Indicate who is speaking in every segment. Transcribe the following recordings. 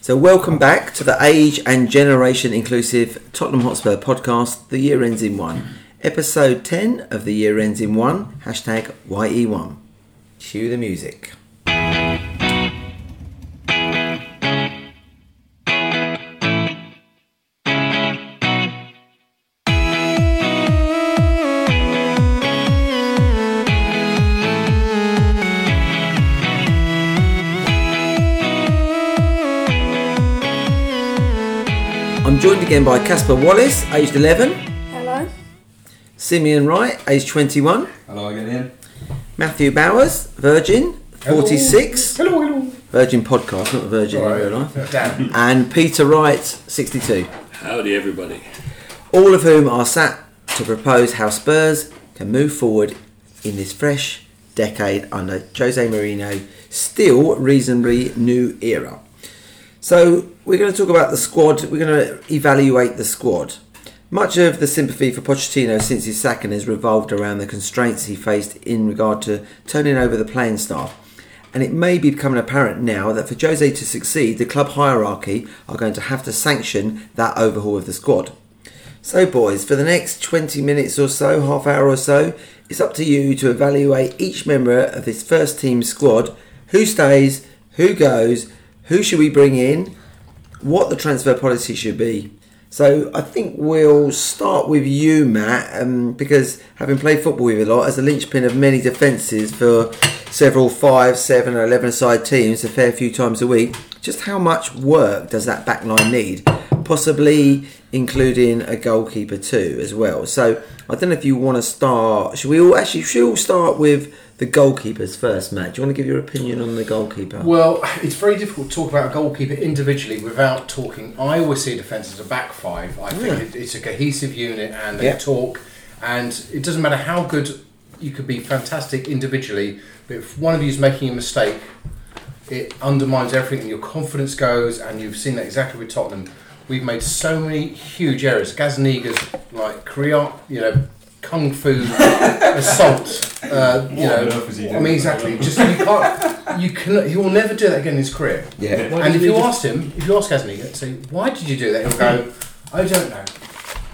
Speaker 1: So, welcome back to the Age and Generation Inclusive Tottenham Hotspur podcast, The Year Ends in One, episode 10 of The Year Ends in One, hashtag YE1. Cue the music. I'm joined again by Casper Wallace, aged 11,
Speaker 2: Hello.
Speaker 1: Simeon Wright, aged 21,
Speaker 3: Hello again, Ian.
Speaker 1: Matthew Bowers, Virgin, 46,
Speaker 3: Hello, hello.
Speaker 1: Virgin podcast, not Virgin in real life, and Peter Wright, 62.
Speaker 4: Howdy, everybody.
Speaker 1: all of whom are sat to propose how Spurs can move forward in this fresh decade under Jose Mourinho, still reasonably new era. So we're going to talk about the squad. We're going to evaluate the squad. Much of the sympathy for Pochettino since his sacking has revolved around the constraints he faced in regard to turning over the playing staff. And it may be becoming apparent now that for Jose to succeed, the club hierarchy are going to have to sanction that overhaul of the squad. So, boys, for the next 20 minutes or so, half hour or so, it's up to you to evaluate each member of this first team squad who stays, who goes, who should we bring in, what the transfer policy should be. So, I think we'll start with you, Matt, um, because having played football with you a lot, as a linchpin of many defences for several 5, 7, or 11 side teams a fair few times a week, just how much work does that backline need? possibly including a goalkeeper too as well. So I don't know if you want to start. Should we all actually? Should we all start with the goalkeepers first, Matt? Do you want to give your opinion on the goalkeeper?
Speaker 5: Well, it's very difficult to talk about a goalkeeper individually without talking. I always see defence as a back five. I think
Speaker 1: Yeah.
Speaker 5: it, it's a cohesive unit and they
Speaker 1: Yeah.
Speaker 5: talk. And it doesn't matter how good you could be, fantastic individually, but if one of you is making a mistake, it undermines everything and your confidence goes. And you've seen that exactly with Tottenham. We've made so many huge errors. Gazaniga's like Kriot, you know, kung fu assault. Uh, you
Speaker 3: What on
Speaker 5: know,
Speaker 3: earth was he
Speaker 5: I
Speaker 3: doing?
Speaker 5: mean, exactly. Just you can't. You can. He will never do that again in his career.
Speaker 1: yeah.
Speaker 5: And if you asked him, if you ask Gazaniga, say, "Why did you do that?" He'll go, "I don't know."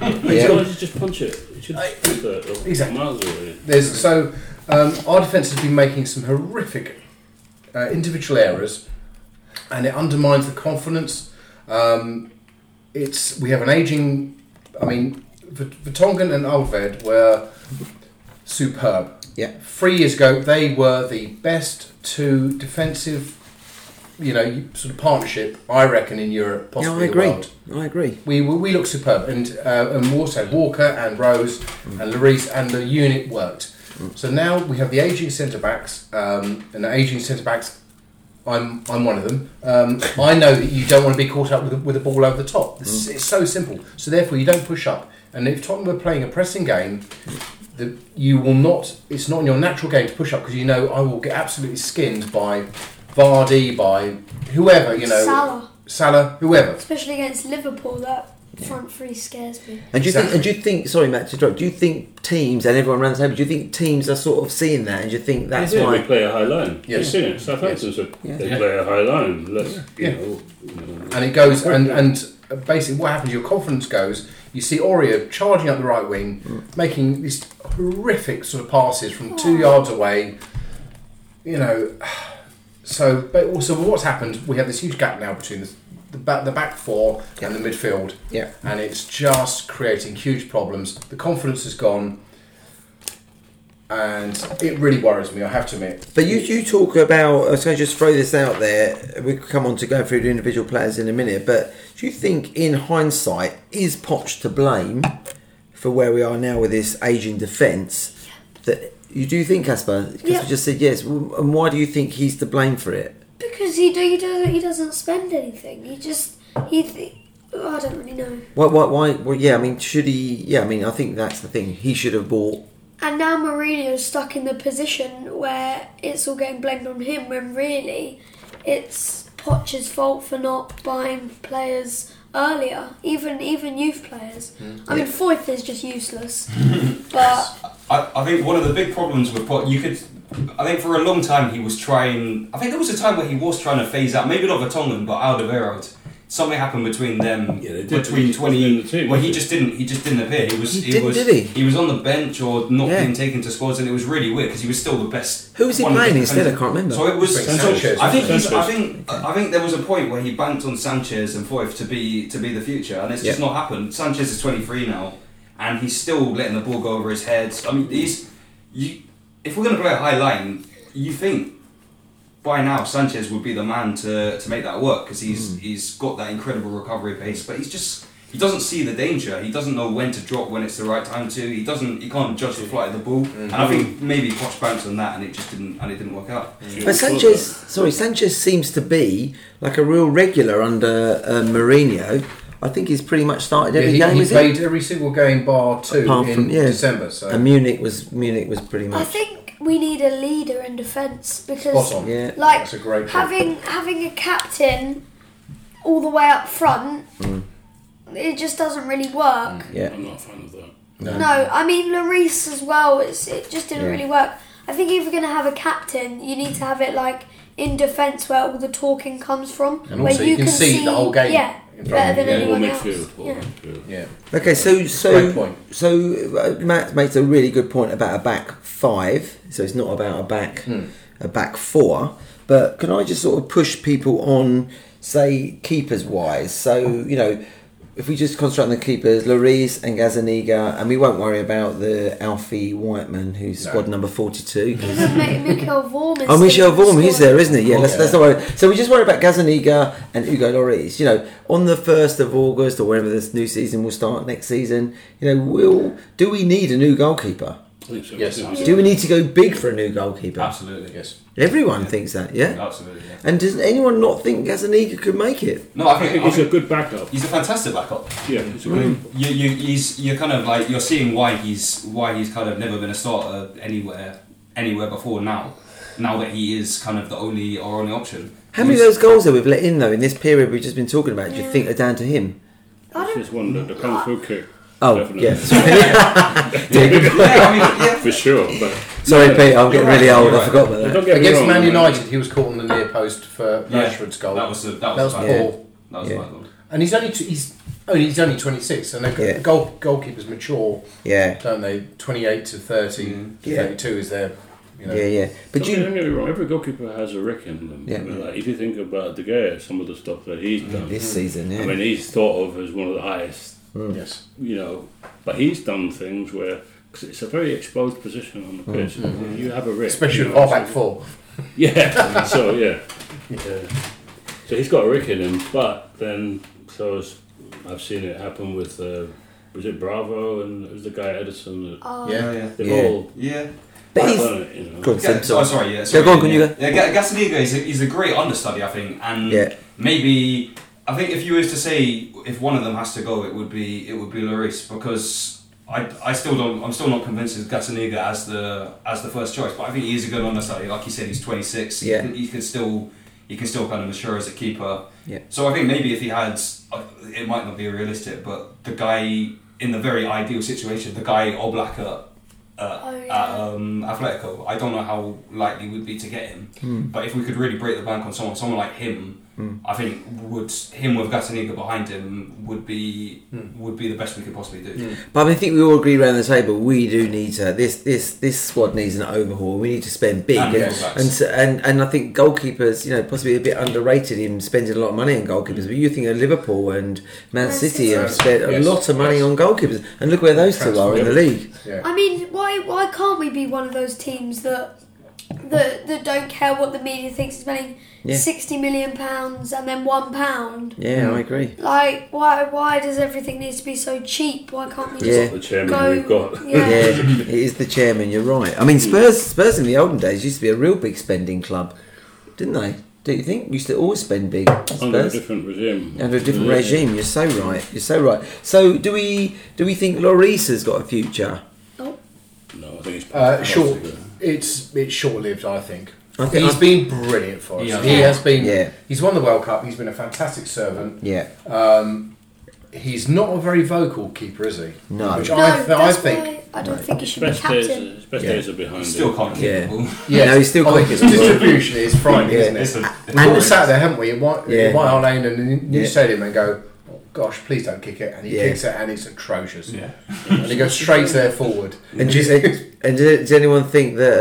Speaker 1: Yeah.
Speaker 4: Yeah. Why don't you just punch it? You should
Speaker 5: I-
Speaker 4: do that.
Speaker 5: Exactly.
Speaker 4: Miles away.
Speaker 5: There's so um, our defence has been making some horrific uh, individual errors, and it undermines the confidence. Um, it's we have an aging. I mean, V- Vertonghen and Alved were superb.
Speaker 1: Yeah.
Speaker 5: Three years ago, they were the best two defensive, you know, sort of partnership I reckon in Europe,
Speaker 1: Yeah,
Speaker 5: possibly
Speaker 1: I
Speaker 5: the
Speaker 1: agree.
Speaker 5: world.
Speaker 1: I agree.
Speaker 5: We, we, we looked superb, and uh, and also Walker and Rose and Lloris and the unit worked. So now we have the aging centre backs, um, and the aging centre backs. I'm I'm one of them. Um, I know that you don't want to be caught up with a, with a ball over the top. It's, it's so simple. So therefore, you don't push up. And if Tottenham are playing a pressing game, that you will not. It's not in your natural game to push up because you know I will get absolutely skinned by Vardy, by whoever you know,
Speaker 2: Salah.
Speaker 5: Salah whoever.
Speaker 2: Especially against Liverpool, that front three scares me.
Speaker 1: And do you think?
Speaker 5: Exactly.
Speaker 1: And do you think? Sorry, Matt, to interrupt. Do you think teams and everyone around the table? Do you think teams are sort of seeing that? And do you think that's
Speaker 4: They do, They
Speaker 1: why?
Speaker 4: play a high line.
Speaker 5: Yes.
Speaker 4: You've seen it. Southampton's
Speaker 1: Yeah.
Speaker 4: they play a high line. Let's,
Speaker 5: Yeah.
Speaker 4: you know,
Speaker 5: and it goes and and basically what happens your confidence goes you see Oria charging up the right wing
Speaker 1: Hmm.
Speaker 5: making these horrific sort of passes from two
Speaker 1: Hmm.
Speaker 5: yards away you know so but also what's happened we have this huge gap now between the, the, back, the back four and the midfield
Speaker 1: Yeah.
Speaker 5: and it's just creating huge problems the confidence is gone and it really worries me I have to admit
Speaker 1: But you, you talk about, I was going to just throw this out there. We could come on to going through the individual players in a minute. But do you think, in hindsight, is Poch to blame for where we are now with this ageing defence? That you do think, Casper? Casper
Speaker 2: Yeah.
Speaker 1: just said yes. Well, And why do you think he's to blame for it?
Speaker 2: Because he do, he doesn't he doesn't spend anything. He just he th- I don't really know.
Speaker 1: Why? Why? why well, yeah. I mean, should he? Yeah. I mean, I think that's the thing. He should have bought.
Speaker 2: And now Mourinho's stuck in the position where it's all getting blamed on him when really it's Poch's fault for not buying players earlier, even even youth players. I mean, Foyth is just useless. but
Speaker 3: I, I think one of the big problems with what you could, I think for a long time he was trying. I think there was a time where he was trying to phase out, maybe not Vertonghen, but Alderweireld. something happened between them
Speaker 4: Yeah, they did. He
Speaker 3: between
Speaker 4: just
Speaker 3: twenty.
Speaker 4: wasn't in the team,
Speaker 3: well, he
Speaker 4: was he?
Speaker 3: just didn't. He just didn't appear. He was.
Speaker 1: He
Speaker 3: He,
Speaker 1: didn't,
Speaker 3: was.
Speaker 1: did he?
Speaker 3: was on the bench or not
Speaker 1: Yeah.
Speaker 3: being taken to squads, and it was really weird because he was still the best.
Speaker 1: Who was he
Speaker 3: one of the
Speaker 1: playing instead? I
Speaker 3: defenders.
Speaker 1: can't remember.
Speaker 3: So it was.
Speaker 5: Sanchez.
Speaker 3: I think. He's,
Speaker 4: Sanchez.
Speaker 3: I think. I think there was a point where he banked on Sanchez and Foyth to be to be the future, and it's just
Speaker 1: Yeah.
Speaker 3: not happened. Sanchez is 23 now, and he's still letting the ball go over his head. I mean, he's. You, if we're going to play a high line, you think by now Sanchez would be the man to, to make that work because he's he's got that incredible recovery pace, but he's just he doesn't see the danger. He doesn't know when to drop, when it's the right time to. He doesn't. He can't judge the flight of the ball. And I think maybe Poch bounced on that, and it just didn't. And it didn't work out.
Speaker 1: But Sanchez, sorry, Sanchez seems to be like a real regular under uh, Mourinho. I think he's pretty much started every
Speaker 5: yeah,
Speaker 1: game.
Speaker 5: he, he
Speaker 1: is it?
Speaker 5: played uh, every single game bar two
Speaker 1: Apart
Speaker 5: in
Speaker 1: from- yeah.
Speaker 5: December. So
Speaker 1: And Munich was Munich was pretty
Speaker 2: I
Speaker 1: much.
Speaker 2: think we need a leader in defence because,
Speaker 5: spot on.
Speaker 1: Yeah.
Speaker 2: like,
Speaker 5: That's a great point.
Speaker 2: having having a captain all the way up front,
Speaker 5: Mm.
Speaker 2: it just doesn't really work.
Speaker 1: yeah,
Speaker 4: I'm not a fan of that.
Speaker 5: Mm.
Speaker 2: No, I mean Lloris as well. It's, it just didn't
Speaker 1: Yeah.
Speaker 2: really work. I think if you're gonna have a captain, you need to have it like in defence where all the talking comes from,
Speaker 5: And
Speaker 2: where
Speaker 5: also you can see the whole game
Speaker 2: Yeah,
Speaker 5: in front
Speaker 2: better
Speaker 5: of you,
Speaker 2: than
Speaker 5: yeah.
Speaker 4: Or
Speaker 2: anyone else.
Speaker 4: midfield. Or
Speaker 2: Yeah.
Speaker 4: midfield.
Speaker 5: yeah,
Speaker 1: Okay, so
Speaker 5: Great
Speaker 1: so
Speaker 5: point.
Speaker 1: so uh, Matt makes a really good point about a back five. So it's not about a back
Speaker 5: Hmm.
Speaker 1: a back four. But can I just sort of push people on, say keepers wise? So you know, if we just concentrate on the keepers, Lloris and Gazaniga, and we won't worry about the Alfie Whiteman, who's
Speaker 5: No.
Speaker 1: squad number forty-two.
Speaker 2: Even Mi- Mikel Vorm. is
Speaker 1: Oh, Michel
Speaker 2: still
Speaker 1: Vorm, he's
Speaker 2: scoring.
Speaker 1: there, isn't he? Yeah, let's,
Speaker 5: Yeah.
Speaker 1: let's not worry. So we just worry about Gazaniga and Hugo Lloris. You know, on the 1st of August or whenever this new season will start next season, you know, will do we need a new goalkeeper?
Speaker 4: I think so.
Speaker 5: Yes,
Speaker 4: I think so.
Speaker 1: Do we need to go big for a new goalkeeper?
Speaker 3: Absolutely.
Speaker 5: yes.
Speaker 1: Everyone thinks that, yeah?
Speaker 3: Absolutely. Yeah.
Speaker 1: And does anyone not think Gazaniga could make it?
Speaker 3: No, I
Speaker 4: I
Speaker 3: think,
Speaker 4: think
Speaker 3: I
Speaker 4: he's a
Speaker 3: think
Speaker 4: good backup.
Speaker 3: he's a fantastic backup.
Speaker 4: Yeah, he's a
Speaker 3: I
Speaker 4: good
Speaker 3: mean,
Speaker 1: Mm.
Speaker 3: you, you, he's, you're kind of like you're seeing why he's why he's kind of never been a starter anywhere anywhere before now. Now that he is kind of the only or only option.
Speaker 1: How many of
Speaker 3: He's-
Speaker 1: those goals that we've let in, though, in this period we've just been talking about, do you think are down to him?
Speaker 2: I don't
Speaker 4: It's just one that the Kung Fu kick.
Speaker 1: Oh,
Speaker 4: Definitely.
Speaker 1: yes. Yeah.
Speaker 3: Yeah, I mean, yeah.
Speaker 4: For sure. But
Speaker 1: Sorry, Pete, I'm getting
Speaker 5: right,
Speaker 1: really old.
Speaker 5: you're
Speaker 1: I
Speaker 5: right.
Speaker 1: forgot about that.
Speaker 4: don't get me
Speaker 5: Against
Speaker 4: wrong,
Speaker 5: Man
Speaker 4: I mean,
Speaker 5: United, he was caught on the near post for
Speaker 3: Yeah,
Speaker 5: Rashford's goal.
Speaker 3: That was the, that
Speaker 5: That
Speaker 3: was,
Speaker 5: was
Speaker 3: bad.
Speaker 5: poor.
Speaker 3: That was
Speaker 1: Yeah.
Speaker 3: bad one.
Speaker 5: And he's only t- he's only he's only 26, and the
Speaker 1: Yeah.
Speaker 5: goal goalkeepers mature,
Speaker 1: Yeah,
Speaker 5: don't they? 28 to 30,
Speaker 1: Yeah.
Speaker 5: 32 is their, you know.
Speaker 1: yeah, yeah. But
Speaker 4: Don't
Speaker 1: you,
Speaker 4: get me wrong, every goalkeeper has a rick in them.
Speaker 1: Yeah. Mm.
Speaker 4: I mean, like, if you think about De Gea, some of the stuff that he's done,
Speaker 1: this season, yeah.
Speaker 4: I mean, he's thought of as one of the highest,
Speaker 5: Yes.
Speaker 4: you know, but he's done things where, because it's a very exposed position on the
Speaker 1: Mm.
Speaker 4: pitch,
Speaker 1: Mm-hmm.
Speaker 4: you have a rick.
Speaker 5: Especially
Speaker 4: you
Speaker 5: with
Speaker 4: know,
Speaker 5: our
Speaker 4: so-
Speaker 5: back four.
Speaker 4: Yeah, so yeah. yeah. So he's got a rick in him, but then, so as I've seen it happen with, uh, was it Bravo and it was the guy Edison? that-
Speaker 2: Oh,
Speaker 5: Yeah.
Speaker 3: Yeah, yeah.
Speaker 4: They've
Speaker 1: Yeah.
Speaker 4: all
Speaker 3: Yeah.
Speaker 1: But
Speaker 4: done
Speaker 1: he's,
Speaker 4: it, you know.
Speaker 1: Go on,
Speaker 3: Yeah,
Speaker 1: Sam,
Speaker 3: so, oh,
Speaker 1: sorry.
Speaker 3: sorry, yeah.
Speaker 1: go on, can you
Speaker 3: yeah.
Speaker 1: go?
Speaker 3: Yeah, Ga- Gasaniga is a, he's a great understudy, I think, and
Speaker 1: Yeah.
Speaker 3: maybe I think if you was to say if one of them has to go, it would be it would be Lloris because I, I still don't I'm still not convinced of Gazzaniga as the as the first choice, but I think he is a good understudy. Like you said, he's 26.
Speaker 1: Yeah.
Speaker 3: he, can, he can still he can still kind of mature as a keeper.
Speaker 1: Yeah.
Speaker 3: So I think maybe if he had, uh, it might not be realistic, but the guy in the very ideal situation, the guy Oblak at, uh,
Speaker 2: Oh,
Speaker 3: at
Speaker 2: yeah.
Speaker 3: um, Atletico, I don't know how likely would be to get him.
Speaker 1: Hmm.
Speaker 3: But if we could really break the bank on someone, someone like him, I think would him with Gazzaniga behind him would be
Speaker 4: Hmm.
Speaker 3: would be the best we could possibly do.
Speaker 1: But I, mean, I think we all agree around the table. We do need to this this this squad needs an overhaul. We need to spend big,
Speaker 3: And
Speaker 1: and
Speaker 3: yes.
Speaker 1: and, so- and and I think goalkeepers, you know, possibly a bit underrated in spending a lot of money on goalkeepers. But you think of Liverpool and Man
Speaker 2: Man
Speaker 1: City
Speaker 2: City.
Speaker 1: have spent a
Speaker 5: Yes,
Speaker 1: lot of money
Speaker 5: yes.
Speaker 1: on goalkeepers, and look where those two are in the
Speaker 5: Transfer.
Speaker 1: league.
Speaker 5: Yeah.
Speaker 2: I mean, why why can't we be one of those teams that that that don't care what the media thinks is spending
Speaker 1: Yeah.
Speaker 2: sixty million pounds and then one pound?
Speaker 1: Yeah,
Speaker 5: Mm.
Speaker 1: I agree.
Speaker 2: Like, why why does everything need to be so cheap? Why can't we just
Speaker 1: Yeah.
Speaker 4: The chairman
Speaker 2: go?
Speaker 4: we've got.
Speaker 1: Yeah,
Speaker 2: yeah.
Speaker 1: it is the chairman. You're right. I mean, Spurs Spurs in the olden days used to be a real big spending club, didn't they? Do you think used to always spend big?
Speaker 4: Under a
Speaker 1: Spurs?
Speaker 4: different regime.
Speaker 1: under a different
Speaker 4: Yeah.
Speaker 1: regime. You're so right. You're so right. So do we do we think Lloris has got a future?
Speaker 4: No, I think it's
Speaker 5: Uh, short. It's it's short lived, I think.
Speaker 1: I think
Speaker 5: he's
Speaker 1: I-
Speaker 5: been brilliant for us.
Speaker 3: Yeah.
Speaker 5: He has been.
Speaker 1: Yeah.
Speaker 5: He's won the World Cup. He's been a fantastic servant.
Speaker 1: Yeah,
Speaker 5: Um, he's not a very vocal keeper, is he?
Speaker 1: No.
Speaker 5: Which
Speaker 2: No,
Speaker 5: I, th- I
Speaker 2: that's
Speaker 5: think.
Speaker 2: why I don't think he should be
Speaker 4: Best days,
Speaker 2: captain.
Speaker 4: his best
Speaker 1: Yeah.
Speaker 4: days are
Speaker 3: He
Speaker 4: behind
Speaker 3: still
Speaker 4: him.
Speaker 3: can't kick
Speaker 1: Yeah.
Speaker 3: the ball.
Speaker 5: Yeah,
Speaker 1: No, he's still
Speaker 5: oh,
Speaker 1: quick
Speaker 5: his
Speaker 1: as well.
Speaker 5: distribution is frightening,
Speaker 1: Yeah.
Speaker 5: isn't
Speaker 3: It's
Speaker 5: it?
Speaker 3: a-
Speaker 5: We all
Speaker 1: it's-
Speaker 5: sat there, haven't we? In White,
Speaker 1: Yeah.
Speaker 5: in White Hart Lane and the new
Speaker 1: Yeah.
Speaker 5: stadium, and go, oh, gosh, please don't kick it. And he
Speaker 1: Yeah.
Speaker 5: kicks it, and it's atrocious.
Speaker 3: Yeah.
Speaker 5: And he goes straight there forward.
Speaker 1: And do you think, and do- does anyone think that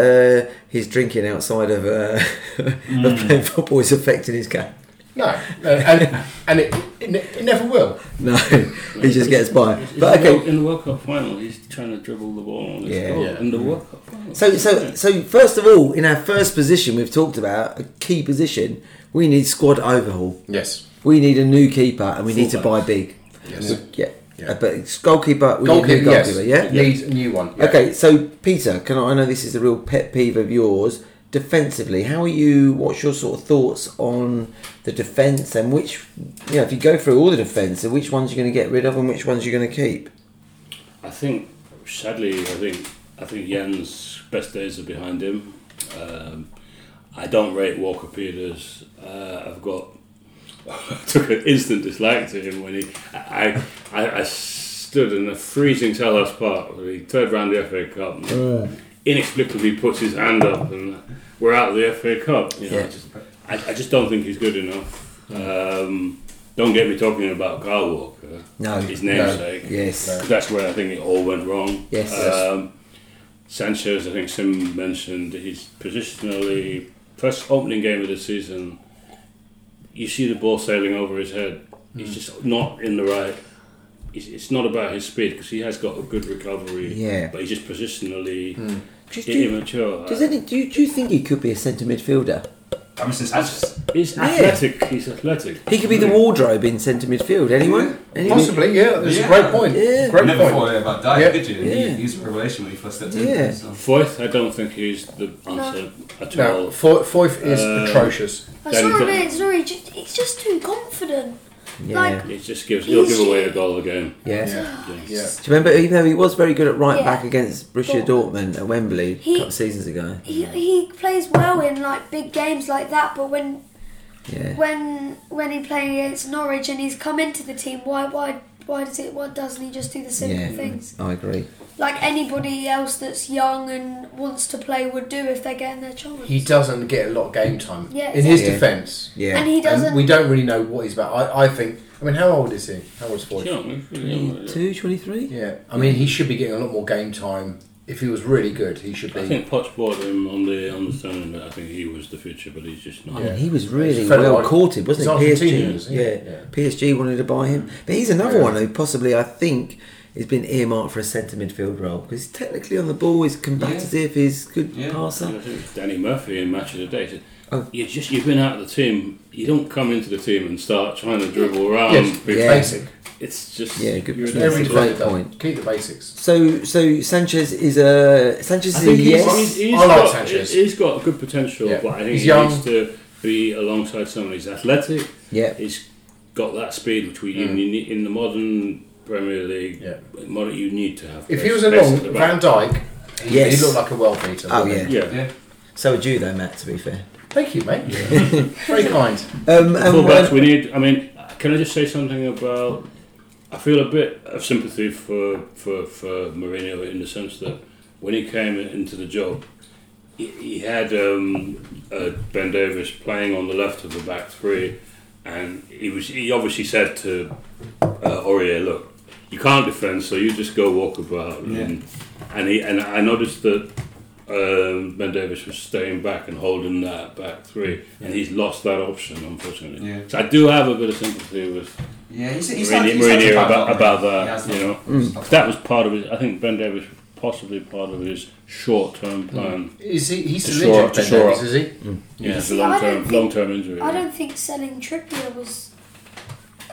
Speaker 1: uh, his drinking outside of, uh, of playing football is affecting his game?
Speaker 5: No, no, and, and it, it, ne- it never will.
Speaker 1: No, he just gets by.
Speaker 4: He's-
Speaker 1: But
Speaker 4: in the-
Speaker 1: okay,
Speaker 4: in the World Cup final, he's trying to dribble the ball on his
Speaker 1: Yeah.
Speaker 4: goal.
Speaker 5: Yeah.
Speaker 4: In the World Cup final.
Speaker 1: so so so first of all, in our first position we've talked about a key position, we need squad overhaul.
Speaker 5: Yes.
Speaker 1: We need a new keeper, and we need to buy
Speaker 4: Fullback.
Speaker 1: big.
Speaker 5: Yes.
Speaker 1: Yeah, Uh,
Speaker 5: Yeah.
Speaker 1: but it's goalkeeper, we need a
Speaker 5: Goalkeeper,
Speaker 1: new
Speaker 5: yes.
Speaker 1: goalkeeper. Yeah.
Speaker 5: Needs a new one. yeah.
Speaker 1: Okay, so Peter, can I, I know this is a real pet peeve of yours. Defensively, how are you? What's your sort of thoughts on the defence and which, you know, if you go through all the defence, and which ones you're going to get rid of and which ones you're going to keep?
Speaker 4: I think, sadly, I think I think Jan's best days are behind him. Um, I don't rate Walker Peters. Uh, I've got took an instant dislike to him when he. I I, I stood in a freezing Selhurst Park. where He turned round the FA Cup. And Inexplicably puts his hand up and we're out of the FA Cup. You know,
Speaker 1: Yeah.
Speaker 4: I, just, I, I just don't think he's good enough. Um, don't get me talking about Kyle Walker.
Speaker 1: No.
Speaker 4: his namesake.
Speaker 1: Yes.
Speaker 5: No.
Speaker 4: That's where I think it all went wrong.
Speaker 1: Yes.
Speaker 4: Um, Sanchez, I think Sim mentioned, he's positionally first opening game of the season. You see the ball sailing over his head.
Speaker 1: Mm.
Speaker 4: He's just not in the right. It's, it's not about his speed because he has got a good recovery.
Speaker 1: Yeah. Mm.
Speaker 4: But he's just positionally
Speaker 1: Just do-
Speaker 4: immature.
Speaker 1: Does any, do, you, do you think he could be a centre midfielder?
Speaker 3: I mean, since that's
Speaker 4: he's athletic. He's athletic.
Speaker 1: He could be
Speaker 4: Hmm.
Speaker 1: the wardrobe in centre midfield. Anyone? Anyone?
Speaker 5: Possibly, yeah. That's a
Speaker 3: Yeah.
Speaker 5: great point.
Speaker 1: Yeah.
Speaker 5: Great
Speaker 3: never
Speaker 5: point.
Speaker 3: thought about Dyer,
Speaker 5: Yeah.
Speaker 3: did you?
Speaker 1: Yeah.
Speaker 3: He, he's a revelation when he first stepped
Speaker 1: Yeah.
Speaker 3: in. So.
Speaker 4: Fourth, I don't think he's the answer at
Speaker 5: No,
Speaker 4: all.
Speaker 5: Foy- Foyth is
Speaker 4: Uh,
Speaker 5: atrocious.
Speaker 2: I
Speaker 4: Danny
Speaker 2: saw him
Speaker 4: Dyer.
Speaker 2: in Zurich. He's just- he's just too confident.
Speaker 1: Yeah.
Speaker 2: Like,
Speaker 4: It just gives. He'll
Speaker 2: He's-
Speaker 4: give away a goal again.
Speaker 1: Yeah.
Speaker 5: Yeah. Yeah.
Speaker 1: Do you remember, even though he was very good at right
Speaker 2: Yeah.
Speaker 1: back against Borussia Dortmund at Wembley a
Speaker 2: He-
Speaker 1: couple of seasons ago?
Speaker 2: he, he plays well in like big games like that, but when
Speaker 1: Yeah.
Speaker 2: when when he playing against Norwich and he's come into the team, why why why does it? Why doesn't he just do the simple
Speaker 1: Yeah.
Speaker 2: things
Speaker 1: I agree.
Speaker 2: like anybody else that's young and wants to play would do if they're getting their chance?
Speaker 5: He doesn't get a lot of game time.
Speaker 2: Yeah,
Speaker 5: In his
Speaker 1: Yeah.
Speaker 5: defence.
Speaker 1: Yeah.
Speaker 2: And he doesn't.
Speaker 5: And we don't really know what he's about. I, I think. I mean, how old is he? How old is Foyth?
Speaker 4: Young, young.
Speaker 1: 22, 23?
Speaker 5: Yeah. I mean, he should be getting a lot more game time. If he was really good, he should
Speaker 4: I
Speaker 5: be.
Speaker 4: think Potts bought him on the understanding that I think he was the future, but he's just not.
Speaker 1: I mean,
Speaker 5: Yeah.
Speaker 1: he was really
Speaker 5: He's felt
Speaker 1: well
Speaker 5: like-
Speaker 1: courted, wasn't he?
Speaker 5: he's Argentinian,
Speaker 1: PSG,
Speaker 5: isn't he?
Speaker 1: yeah.
Speaker 5: Yeah.
Speaker 1: PSG wanted to buy him, but he's another
Speaker 5: Yeah.
Speaker 1: one who possibly, I think, has been earmarked for a centre midfield role because he's technically on the ball, he's combative, he's a good
Speaker 3: Yeah.
Speaker 4: And I
Speaker 1: passer.
Speaker 4: think Danny Murphy in Match of the Day said,
Speaker 1: Oh.
Speaker 4: "You just you've been out of the team. You don't come into the team and start trying to dribble around.
Speaker 5: Yes,
Speaker 4: because
Speaker 1: Yeah.
Speaker 5: Basic.
Speaker 4: It's just
Speaker 1: Yeah, good
Speaker 4: you're
Speaker 1: point. That's
Speaker 5: Every
Speaker 1: a great
Speaker 5: defender does.
Speaker 1: point.
Speaker 5: Keep the basics.
Speaker 1: So, so Sanchez is a Sanchez
Speaker 4: I
Speaker 1: is a
Speaker 4: think he's,
Speaker 1: yes.
Speaker 4: he's- he's
Speaker 5: I like
Speaker 4: got,
Speaker 5: Sanchez.
Speaker 4: he's got good potential,
Speaker 5: Yeah.
Speaker 4: but I think
Speaker 5: He's
Speaker 4: he
Speaker 5: young.
Speaker 4: needs to be alongside someone. He's athletic.
Speaker 1: Yeah.
Speaker 4: he's got that speed which we you need in the modern Premier League.
Speaker 5: Yeah.
Speaker 4: modern, you need to have.
Speaker 5: If
Speaker 4: those
Speaker 5: he was a
Speaker 4: space
Speaker 5: long
Speaker 4: at the back.
Speaker 5: Van Dyke, he,
Speaker 1: Yes.
Speaker 5: he looked like a well beater.
Speaker 1: Oh
Speaker 5: wouldn't he?
Speaker 1: yeah.
Speaker 4: yeah.
Speaker 3: Yeah.
Speaker 1: So would you though, Matt? To be fair.
Speaker 5: Thank you, mate. Very kind.
Speaker 1: Um, and
Speaker 4: fullbacks
Speaker 1: what-
Speaker 4: we need. I mean, can I just say something about? I feel a bit of sympathy for for for Mourinho in the sense that when he came into the job, he, he had um, uh, Ben Davis playing on the left of the back three, and he was he obviously said to uh, Aurier, look, you can't defend, so you just go walk about. And, and he and I noticed that um, Ben Davis was staying back and holding that back three, and he's lost that option unfortunately.
Speaker 3: Yeah.
Speaker 4: So I do have a bit of sympathy with
Speaker 3: Yeah, he's, he's
Speaker 4: Mourinho,
Speaker 3: he's
Speaker 4: Mourinho
Speaker 3: bad
Speaker 4: about,
Speaker 3: luck,
Speaker 4: about
Speaker 3: man.
Speaker 4: that.
Speaker 3: He
Speaker 4: You
Speaker 3: has
Speaker 4: know,
Speaker 3: luck.
Speaker 1: Hmm.
Speaker 4: that was part of his. I think Ben Davis was possibly part of his short-term
Speaker 1: Mm.
Speaker 4: plan.
Speaker 5: Is he? He's
Speaker 4: To
Speaker 5: still
Speaker 4: shore
Speaker 5: injured,
Speaker 4: up- to
Speaker 5: Ben
Speaker 4: shore
Speaker 5: Davies,
Speaker 4: up.
Speaker 5: is he?
Speaker 4: Yeah, it's a
Speaker 2: See, I don't
Speaker 4: long-term,
Speaker 2: think-
Speaker 4: long-term injury.
Speaker 2: I don't think selling Trippier was.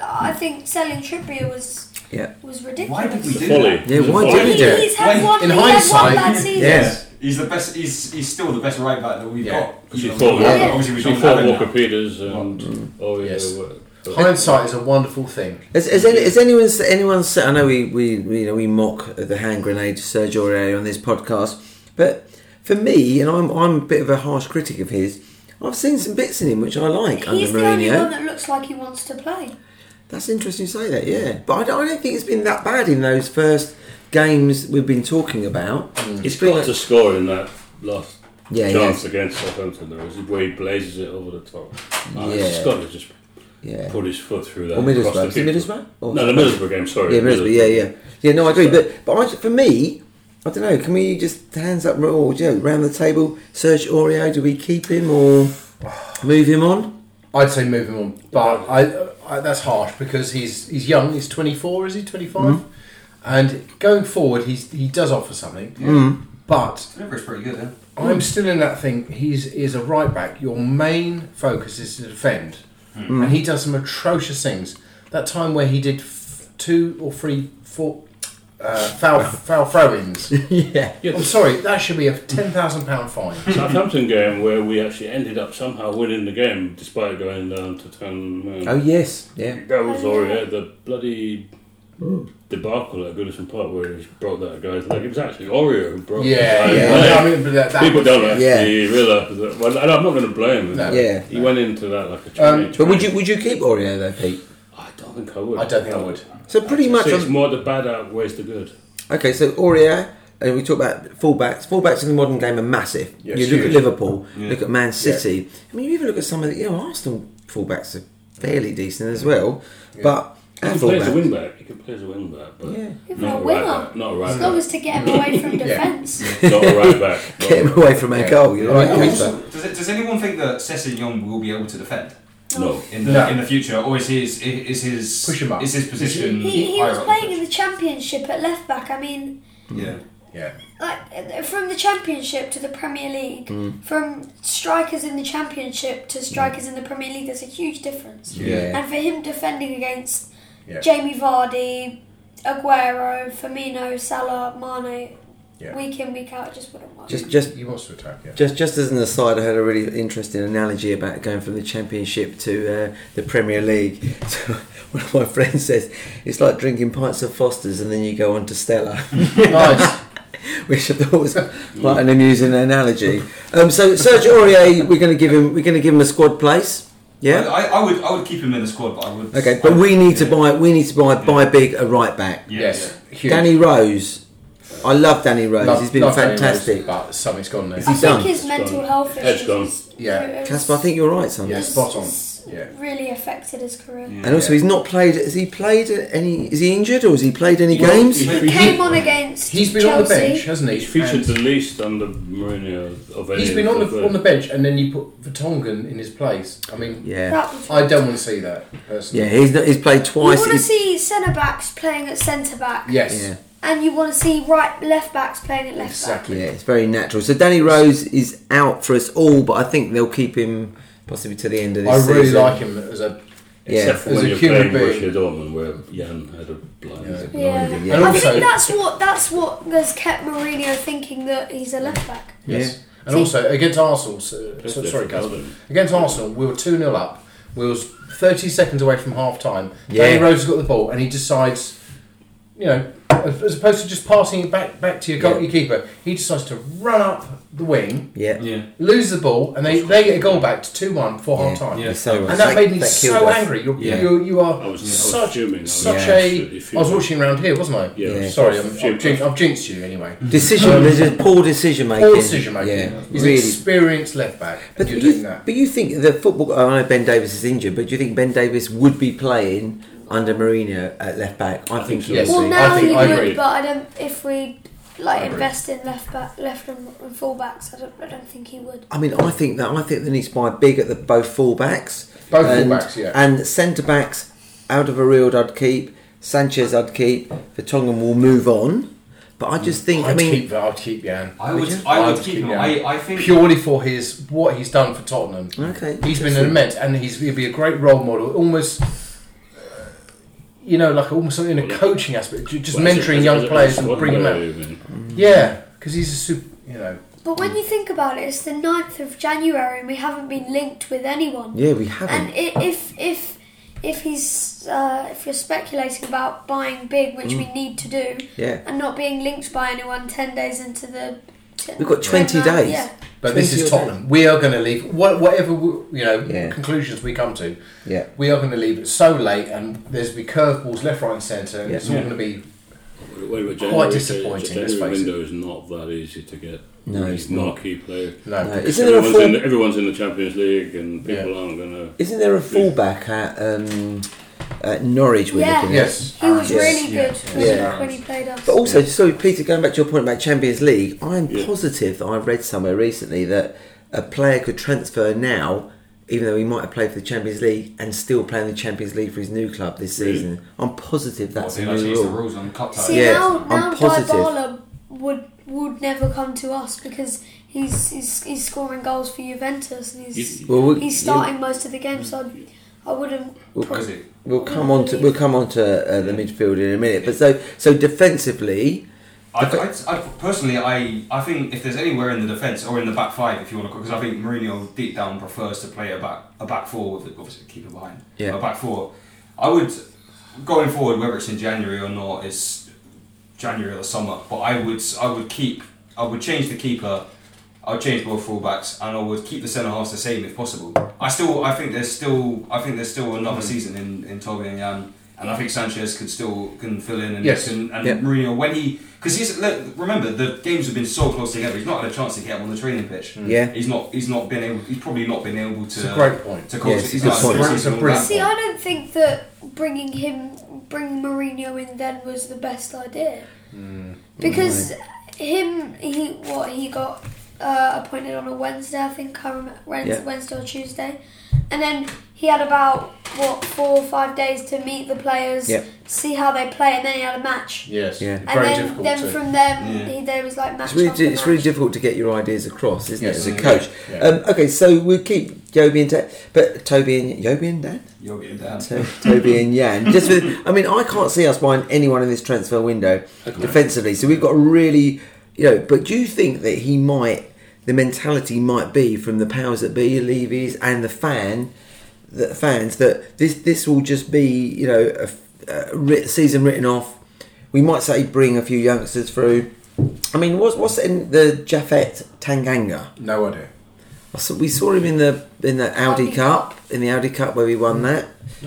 Speaker 2: I think selling Trippier was
Speaker 1: Hmm. Yeah.
Speaker 2: was ridiculous.
Speaker 3: Why did we do
Speaker 4: Folly.
Speaker 3: that?
Speaker 1: Yeah,
Speaker 4: It's a
Speaker 1: why
Speaker 4: folly.
Speaker 1: did he do it?
Speaker 2: He's had
Speaker 3: Wait,
Speaker 2: one,
Speaker 5: in
Speaker 2: he had one
Speaker 5: hindsight-
Speaker 2: bad season.
Speaker 1: Yeah.
Speaker 3: He's the best. He's he's still the best right back that we've
Speaker 5: Yeah.
Speaker 3: got.
Speaker 4: She
Speaker 3: You know,
Speaker 4: fought,
Speaker 2: Yeah.
Speaker 3: Obviously, we
Speaker 4: she
Speaker 3: don't
Speaker 4: fought
Speaker 3: have him now.
Speaker 4: Walker Peters and
Speaker 1: Mm.
Speaker 4: oh yeah,
Speaker 5: Yes.
Speaker 4: well,
Speaker 5: Hindsight is a wonderful thing.
Speaker 1: Has, has, any, has anyone s- anyone said? I know we, we we, you know we mock the hand grenade to Serge Aurier on this podcast, but for me, and I'm I'm a bit of a harsh critic of his. I've seen some bits in him which I like
Speaker 2: He's
Speaker 1: under
Speaker 2: the only one
Speaker 1: Mourinho.
Speaker 2: that looks like he wants to play.
Speaker 1: That's interesting you say that, yeah. But I don't, I don't think it's been that bad in those first games we've been talking about. It's
Speaker 4: He's
Speaker 1: been
Speaker 4: Mm. got to score in that last
Speaker 1: yeah,
Speaker 4: chance
Speaker 1: yeah,
Speaker 4: against Southampton. There is where he blazes it over the top. Uh,
Speaker 1: Yeah.
Speaker 4: He's got to just
Speaker 1: yeah.
Speaker 4: put his foot through
Speaker 1: Or
Speaker 4: that. and cross
Speaker 1: Middlesbrough. Is it
Speaker 4: the keeper.
Speaker 1: Middlesbrough? Or
Speaker 4: No, the Middlesbrough game. Sorry.
Speaker 1: Oh, Yeah, Middlesbrough. Yeah, yeah, yeah. No, I agree. But but I, for me, I don't know. Can we just hands up or you know, round the table? Search Oreo. Do we keep him or move him on?
Speaker 5: I'd say move him on, but I, I that's harsh because he's he's young. He's twenty four, is he twenty
Speaker 4: Mm-hmm.
Speaker 5: And going forward, he's he does offer something,
Speaker 4: Mm.
Speaker 1: Mm.
Speaker 5: but
Speaker 3: Delivery's pretty good, yeah.
Speaker 5: I'm still in that thing. He's is a right back. Your main focus is to defend,
Speaker 4: Mm.
Speaker 5: and he does some atrocious things. That time where he did f- two or three, four uh, foul foul throw-ins.
Speaker 1: yeah.
Speaker 4: Yeah,
Speaker 5: I'm sorry, that should be a ten thousand pound fine.
Speaker 4: the Southampton game where we actually ended up somehow winning the game despite going down to ten men.
Speaker 1: Oh yes. Yeah.
Speaker 4: That was alright. The bloody debacle at Goodison Park where he broke that guy's leg. It was actually Oreo who broke that
Speaker 5: Yeah,
Speaker 4: guy's
Speaker 5: yeah.
Speaker 4: leg.
Speaker 5: I mean, but that, that
Speaker 4: People
Speaker 5: was-
Speaker 4: don't
Speaker 5: yeah.
Speaker 4: actually
Speaker 1: Yeah.
Speaker 4: realise that. Well, and I'm not going to blame him.
Speaker 5: No.
Speaker 1: Yeah.
Speaker 4: He went into that like a
Speaker 5: Um,
Speaker 4: train.
Speaker 1: But would you would you keep Oreo though, Pete?
Speaker 4: I don't think I would.
Speaker 5: I don't think I would.
Speaker 1: So pretty much.
Speaker 4: So it's
Speaker 1: I'm-
Speaker 4: more the bad outweighs the good.
Speaker 1: Okay, so Oreo. And we talk about fullbacks. Fullbacks in the modern game are massive.
Speaker 5: Yeah,
Speaker 1: you
Speaker 5: it's
Speaker 1: look at
Speaker 5: huge.
Speaker 1: Liverpool,
Speaker 3: Yeah.
Speaker 1: look at Man City. I mean, you even look at some of the you know Arsenal fullbacks are fairly decent as well. But
Speaker 4: He
Speaker 1: our
Speaker 4: can play as a
Speaker 1: fullbacks-
Speaker 4: wing back. He can play as a wing back, but
Speaker 1: Yeah.
Speaker 2: Even
Speaker 4: not
Speaker 2: a
Speaker 4: a
Speaker 2: winger.
Speaker 4: right back. Not a right
Speaker 2: As long
Speaker 4: back.
Speaker 2: as to get him away from defence.
Speaker 4: Not a right back.
Speaker 1: get him away from our
Speaker 5: Yeah.
Speaker 1: goal. You know,
Speaker 5: Right,
Speaker 1: like,
Speaker 5: yeah.
Speaker 1: he's
Speaker 3: Also, does, it, does anyone think that Sessegnon will be able to defend
Speaker 4: No.
Speaker 3: in the
Speaker 5: No.
Speaker 3: in the future, or is his is his
Speaker 5: Push him up.
Speaker 3: is his position?
Speaker 2: He, he
Speaker 3: higher
Speaker 2: was
Speaker 3: up the
Speaker 2: playing in
Speaker 3: pitch?
Speaker 2: the championship at left back. I mean,
Speaker 3: Yeah,
Speaker 5: Yeah.
Speaker 2: like from the championship to the Premier League,
Speaker 5: Mm.
Speaker 2: from strikers in the championship to strikers in the Premier League, there's a huge difference.
Speaker 1: Yeah.
Speaker 2: And for him defending against
Speaker 5: Yeah.
Speaker 2: Jamie Vardy, Aguero, Firmino, Salah, Mane,
Speaker 5: Yeah.
Speaker 2: week in week out, it just wouldn't work.
Speaker 1: Just, just,
Speaker 5: He wants to attack. Yeah.
Speaker 1: just, just as an aside, I heard a really interesting analogy about going from the Championship to uh, the Premier League. So one of my friends says it's like drinking pints of Fosters and then you go on to Stella,
Speaker 5: nice.
Speaker 1: which I thought was quite an amusing analogy. Um, so Serge Aurier, we're going to give him, we're going to give him a squad place. Yeah.
Speaker 3: I, I would I would keep him in the squad, but I would.
Speaker 1: Okay, but
Speaker 3: I-
Speaker 1: we need to
Speaker 3: yeah.
Speaker 1: buy, we need to buy, buy big a right back.
Speaker 3: Yeah,
Speaker 5: yes. Huge.
Speaker 1: Danny Rose, I love Danny Rose.
Speaker 5: Love-
Speaker 1: He's been
Speaker 5: love Danny
Speaker 1: fantastic.
Speaker 5: Rose, but something's gone now.
Speaker 1: Is
Speaker 2: I
Speaker 1: he-
Speaker 2: think
Speaker 1: done.
Speaker 2: his
Speaker 4: It's
Speaker 2: mental
Speaker 4: gone.
Speaker 2: health
Speaker 4: Head's
Speaker 2: issues.
Speaker 4: gone.
Speaker 5: Yeah.
Speaker 2: has-
Speaker 1: Casper, I think you're right, son.
Speaker 5: Yeah.
Speaker 2: has
Speaker 5: spot on. Yeah.
Speaker 2: Really affected his career.
Speaker 3: yeah.
Speaker 1: And also,
Speaker 5: Yeah.
Speaker 1: he's not played. Has he played any? Is he injured or has he played any
Speaker 4: He-
Speaker 1: games?
Speaker 4: he-
Speaker 2: He came on against
Speaker 5: He's been
Speaker 2: Chelsea.
Speaker 5: on the bench, hasn't he?
Speaker 4: He's featured
Speaker 5: And
Speaker 4: the least under Mourinho of any.
Speaker 5: he's been on
Speaker 4: of
Speaker 5: the on the bench, and then you put Vertonghen in his place. I mean,
Speaker 1: yeah,
Speaker 2: That was
Speaker 5: I don't want to see that personally.
Speaker 1: yeah. He's not, he's played
Speaker 2: You
Speaker 1: twice.
Speaker 2: want to
Speaker 1: He's-
Speaker 2: see centre backs playing at centre back,
Speaker 5: Yes.
Speaker 1: Yeah.
Speaker 2: and you want to see right left backs playing at left
Speaker 5: Exactly.
Speaker 1: yeah, it's very natural. So Danny Rose is out for us all, but I think they'll keep him possibly to the end of
Speaker 5: I
Speaker 1: this
Speaker 5: really
Speaker 1: season.
Speaker 5: like him as a.
Speaker 4: Except for
Speaker 5: As
Speaker 4: when
Speaker 5: a
Speaker 4: you're
Speaker 5: human
Speaker 4: playing
Speaker 5: being.
Speaker 4: Borussia Dortmund, where Jan had a blind.
Speaker 2: back. Yeah,
Speaker 1: Yeah.
Speaker 5: And
Speaker 2: I
Speaker 5: also-
Speaker 2: think that's what that's what has kept Mourinho thinking that he's a left back.
Speaker 5: Yes. And
Speaker 2: See-
Speaker 5: also against Arsenal. So, so-
Speaker 4: That's
Speaker 5: sorry,
Speaker 4: different,
Speaker 5: Casper.
Speaker 4: isn't
Speaker 5: Against Arsenal, we were two 0 up. We was thirty seconds away from half time.
Speaker 1: Yeah.
Speaker 5: Danny Rose has got the ball, and he decides, you know, as as opposed to just passing it back back to your goal,
Speaker 1: Yeah.
Speaker 5: your keeper, he decides to run up the wing,
Speaker 1: Yeah,
Speaker 3: yeah.
Speaker 5: lose the ball, and they, they get a goal back to two one before half time.
Speaker 1: yeah.
Speaker 3: Yeah.
Speaker 1: he's So right.
Speaker 5: And that made me
Speaker 1: killed
Speaker 5: so
Speaker 1: us.
Speaker 5: angry. You're,
Speaker 1: Yeah.
Speaker 5: you you are
Speaker 4: I was- I was
Speaker 5: such,
Speaker 4: fuming. I was
Speaker 5: such
Speaker 4: absolutely
Speaker 5: a. I was
Speaker 4: fuming.
Speaker 5: watching around here, wasn't I?
Speaker 4: Yeah.
Speaker 1: Yeah.
Speaker 5: Sorry, I'm, I've,
Speaker 4: Fuming.
Speaker 5: jinxed, I've jinxed you anyway.
Speaker 1: Decision,
Speaker 5: Um,
Speaker 1: there's just poor decision making.
Speaker 5: Poor decision making.
Speaker 1: Yeah,
Speaker 5: He's an
Speaker 1: really.
Speaker 5: experienced left back,
Speaker 1: But
Speaker 5: and you're
Speaker 1: you,
Speaker 5: doing that.
Speaker 1: but you think the football? I know Ben Davis is injured, but do you think Ben Davis would be playing under Mourinho at left back? I, think,
Speaker 4: think
Speaker 1: he
Speaker 4: so.
Speaker 1: would
Speaker 5: Yes.
Speaker 2: Well,
Speaker 1: be.
Speaker 2: now
Speaker 5: I think-
Speaker 2: he
Speaker 5: I
Speaker 2: would,
Speaker 5: agree.
Speaker 2: but I don't. If we like
Speaker 5: I agree.
Speaker 2: invest in left back, left and, and full backs, I don't. I don't think he would.
Speaker 1: I mean, I think that I think they need to buy big at the both fullbacks,
Speaker 5: Both
Speaker 1: and,
Speaker 5: fullbacks, yeah.
Speaker 1: and centre backs. Out of Arild, I'd keep Sanchez. I'd keep Vertonghen. Will move on, but I just think.
Speaker 5: Mm. I'd
Speaker 1: I mean,
Speaker 5: keep I'd keep Jan
Speaker 3: I
Speaker 1: Would
Speaker 3: would,
Speaker 1: you?
Speaker 3: I would
Speaker 5: I'd
Speaker 3: keep
Speaker 5: keep
Speaker 3: him.
Speaker 5: him.
Speaker 3: I, I think
Speaker 5: purely for his what he's done for Tottenham.
Speaker 1: okay,
Speaker 5: He's been an
Speaker 1: interesting.
Speaker 5: immense, and he's, he'd be a great role model, almost. You know, like almost in a coaching aspect, ju- just
Speaker 4: Well, as
Speaker 5: mentoring
Speaker 4: a- as a- as
Speaker 5: young
Speaker 4: a
Speaker 5: players and
Speaker 4: squad
Speaker 5: bringing them
Speaker 4: player,
Speaker 5: out.
Speaker 4: even.
Speaker 5: Yeah, because he's a super. You know,
Speaker 2: But when you think about it, it's the 9th of January, and we haven't been linked with anyone.
Speaker 1: Yeah, we haven't.
Speaker 2: And i- if if if he's uh, if you're speculating about buying big, which
Speaker 1: Mm.
Speaker 2: we need to do,
Speaker 1: Yeah.
Speaker 2: and not being linked by anyone ten days into the
Speaker 1: We've got 20
Speaker 2: turnaround,
Speaker 1: days.
Speaker 2: Yeah,
Speaker 5: But this
Speaker 1: Twenty
Speaker 5: is
Speaker 1: or better.
Speaker 5: Tottenham. We are going to leave what, whatever we, you know
Speaker 1: Yeah.
Speaker 5: conclusions we come to.
Speaker 1: Yeah.
Speaker 5: We are going to leave it so late, and there's be curveballs left, right, and centre, and
Speaker 1: Yeah.
Speaker 5: it's all
Speaker 4: Yeah.
Speaker 5: going to be
Speaker 4: Wait, wait,
Speaker 5: Quite
Speaker 4: January,
Speaker 5: disappointing, let's
Speaker 4: January
Speaker 5: face it.
Speaker 4: window is not that easy to get.
Speaker 1: No, it's not.
Speaker 4: marquee player.
Speaker 5: no.
Speaker 1: No,
Speaker 5: it's
Speaker 1: isn't there a
Speaker 4: everyone's, in the,
Speaker 1: full,
Speaker 4: everyone's in the Champions League, and people
Speaker 5: Yeah.
Speaker 4: aren't going
Speaker 1: isn't there a fullback at um, at Norwich? We're
Speaker 2: Yeah.
Speaker 1: looking at?
Speaker 5: yes,
Speaker 2: He was
Speaker 5: Ah, yes.
Speaker 2: really
Speaker 5: Yeah.
Speaker 2: good when,
Speaker 1: Yeah.
Speaker 2: when he played us.
Speaker 1: But also, sorry, Peter, going back to your point about Champions League, I am
Speaker 4: Yeah.
Speaker 1: positive that I read somewhere recently that a player could transfer now, even though he might have played for the Champions League, and still play in the Champions League for his new club this
Speaker 4: Really?
Speaker 1: season. I'm positive
Speaker 3: Well,
Speaker 1: that's
Speaker 3: they
Speaker 1: a
Speaker 3: like to
Speaker 1: new
Speaker 3: use the
Speaker 1: rule.
Speaker 3: rules on cup ties.
Speaker 2: See
Speaker 1: Yeah,
Speaker 2: now,
Speaker 1: I'm
Speaker 2: now
Speaker 1: positive.
Speaker 2: Dybala would would never come to us because he's he's, he's scoring goals for Juventus and he's
Speaker 4: to.
Speaker 1: Well, we,
Speaker 2: he's starting most of the game, so I, I wouldn't.
Speaker 1: Well,
Speaker 2: pro-
Speaker 3: Is it?
Speaker 1: We'll come on to we'll come on to uh, the midfield in a minute. But so so defensively,
Speaker 3: I, I, I, personally, I, I think if there's anywhere in the defence or in the back five, if you want to, because I think Mourinho deep down prefers to play a back a back four with obviously a keeper behind.
Speaker 1: Yeah.
Speaker 3: A back four. I would going forward, whether it's in January or not, it's January or the summer. But I would I would keep I would change the keeper. I would change both fullbacks, and I would keep the centre halves the same if possible. I still I think there's still I think there's still another season in in Toby and Jan. And I think Sanchez could still can fill in and
Speaker 5: Yes.
Speaker 3: can, and
Speaker 1: Yeah.
Speaker 3: Mourinho when he because he's look, remember the games have been so close together. He's not had a chance to get him on the training pitch.
Speaker 1: Mm. yeah,
Speaker 3: He's not. He's not been able. He's probably not been able to.
Speaker 5: It's a great point.
Speaker 3: To
Speaker 1: Yeah,
Speaker 3: cause
Speaker 1: it's a
Speaker 3: he's
Speaker 1: good
Speaker 3: not had
Speaker 1: point.
Speaker 3: the
Speaker 5: It's a
Speaker 3: season
Speaker 5: brilliant
Speaker 3: on
Speaker 2: See,
Speaker 3: that
Speaker 2: I don't think that bringing him, bringing Mourinho in then was the best idea
Speaker 1: Hmm.
Speaker 2: because him, he what he got uh, appointed on a Wednesday, I think, I remember, Wednesday,
Speaker 1: Yeah.
Speaker 2: Wednesday or Tuesday, and then he had about what four or five days to meet the players,
Speaker 1: Yeah.
Speaker 2: see how they play, and then he had a match.
Speaker 5: yes,
Speaker 1: Yeah.
Speaker 2: And
Speaker 5: very
Speaker 2: then,
Speaker 5: difficult
Speaker 2: then
Speaker 5: to.
Speaker 2: from them,
Speaker 3: Yeah.
Speaker 2: he, there was like match.
Speaker 1: it's really
Speaker 2: after
Speaker 1: di- it's really
Speaker 2: match.
Speaker 1: difficult to get your ideas across, isn't
Speaker 5: Yes.
Speaker 1: it, as a coach?
Speaker 5: Yeah.
Speaker 1: Um, okay, so we'll keep Yobi and Dan, but Toby and Yobi and Dan,
Speaker 3: You'll get him down.
Speaker 1: To- uh, Toby and Yan. Just with, I mean, I can't see us buying anyone in this transfer window defensively. So we've got really, you know. But do you think that he might, the mentality might be from the powers that be, Levy's and the fan, the fans that this this will just be, you know, a, f- a writ- season written off. We might say bring a few youngsters through. I mean, what's what's in the Jafet Tanganga?
Speaker 5: no idea.
Speaker 1: I saw- we saw him in the in the Audi
Speaker 2: Audi
Speaker 1: Cup, in the Audi Cup where we won that.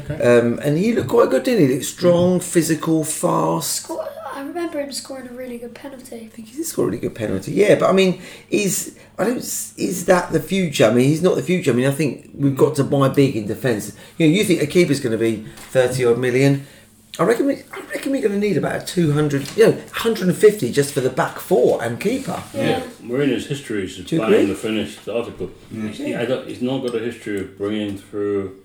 Speaker 5: Okay.
Speaker 1: Um, and he looked quite good, didn't he? He looked strong, physical, fast.
Speaker 2: Score- I remember him scoring a really good penalty.
Speaker 1: I think he did score a really good penalty. Yeah, but I mean, is I don't s- is that the future? I mean, he's not the future. I mean, I think we've got to buy big in defence. You know, you think a keeper's going to be thirty odd million. I reckon we, I reckon we're going to need about two hundred, you know, one hundred and fifty just for the back four and keeper.
Speaker 4: Yeah, Mourinho's history is
Speaker 1: Do you
Speaker 4: buying
Speaker 1: agree?
Speaker 4: the finished article. He's, he- I don't, he's not got a history of bringing through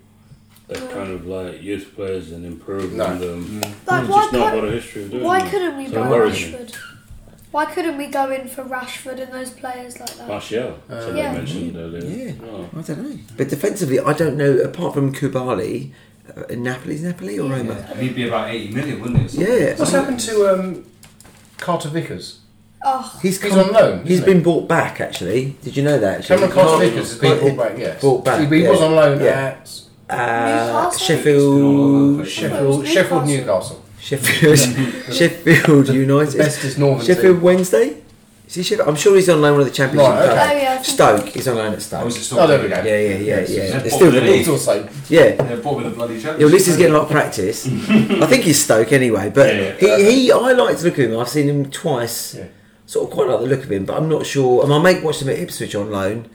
Speaker 4: a kind of like youth players and improving
Speaker 5: No.
Speaker 1: Mm.
Speaker 4: them.
Speaker 2: Like,
Speaker 4: He's
Speaker 2: why
Speaker 4: Mm, just not
Speaker 2: can't-
Speaker 4: got a history of doing
Speaker 2: Why
Speaker 4: that.
Speaker 2: couldn't we
Speaker 4: So
Speaker 2: buy
Speaker 4: it worries me.
Speaker 2: Rashford? Why couldn't we go in for Rashford and those players like that?
Speaker 4: Martial, someone
Speaker 2: Yeah.
Speaker 4: mentioned earlier.
Speaker 1: Uh, Yeah.
Speaker 4: Oh.
Speaker 1: I don't know. But defensively, I don't know. Apart from Kubali, uh, Napoli's Napoli or Roma.
Speaker 3: And he'd be about eighty million, wouldn't it?
Speaker 1: Yeah.
Speaker 5: What's happened to um, Carter Vickers?
Speaker 2: Oh,
Speaker 1: He's,
Speaker 5: He's
Speaker 1: come-
Speaker 5: on loan,
Speaker 1: He's
Speaker 5: isn't he?
Speaker 1: been bought back. Actually, did you know that? Actually,
Speaker 5: Cameron Carter Vickers has been brought back. Yes,
Speaker 1: brought back,
Speaker 5: He, he was
Speaker 1: yeah.
Speaker 5: on loan
Speaker 1: Yeah.
Speaker 5: at
Speaker 1: Uh,
Speaker 2: Newcastle?
Speaker 1: Sheffield,
Speaker 5: Sheffield,
Speaker 2: Newcastle.
Speaker 5: Sheffield Newcastle.
Speaker 1: Sheffield, Sheffield United.
Speaker 5: Best is Northern.
Speaker 1: Sheffield
Speaker 5: team.
Speaker 1: Wednesday. Is he Sheffield? I'm sure he's on loan with the Championship.
Speaker 5: Right, okay.
Speaker 1: club.
Speaker 2: Oh, yeah, I think-
Speaker 1: Stoke. He's on loan at
Speaker 3: I
Speaker 1: Stoke.
Speaker 3: was just
Speaker 5: Oh, there we go.
Speaker 1: Yeah, yeah, yeah,
Speaker 5: Yes,
Speaker 1: yeah.
Speaker 5: yes.
Speaker 1: It's still the
Speaker 5: It's
Speaker 1: league.
Speaker 5: also
Speaker 1: Yeah.
Speaker 3: They're bought with a bloody Champions
Speaker 1: Your list is getting a lot of practice. I think he's Stoke anyway, but
Speaker 5: Yeah, yeah.
Speaker 1: he, he I like to look at him. I've seen him twice.
Speaker 5: Yeah.
Speaker 1: Sort of quite like the look of him, but I'm not sure. And my mate watched him at Ipswich on loan,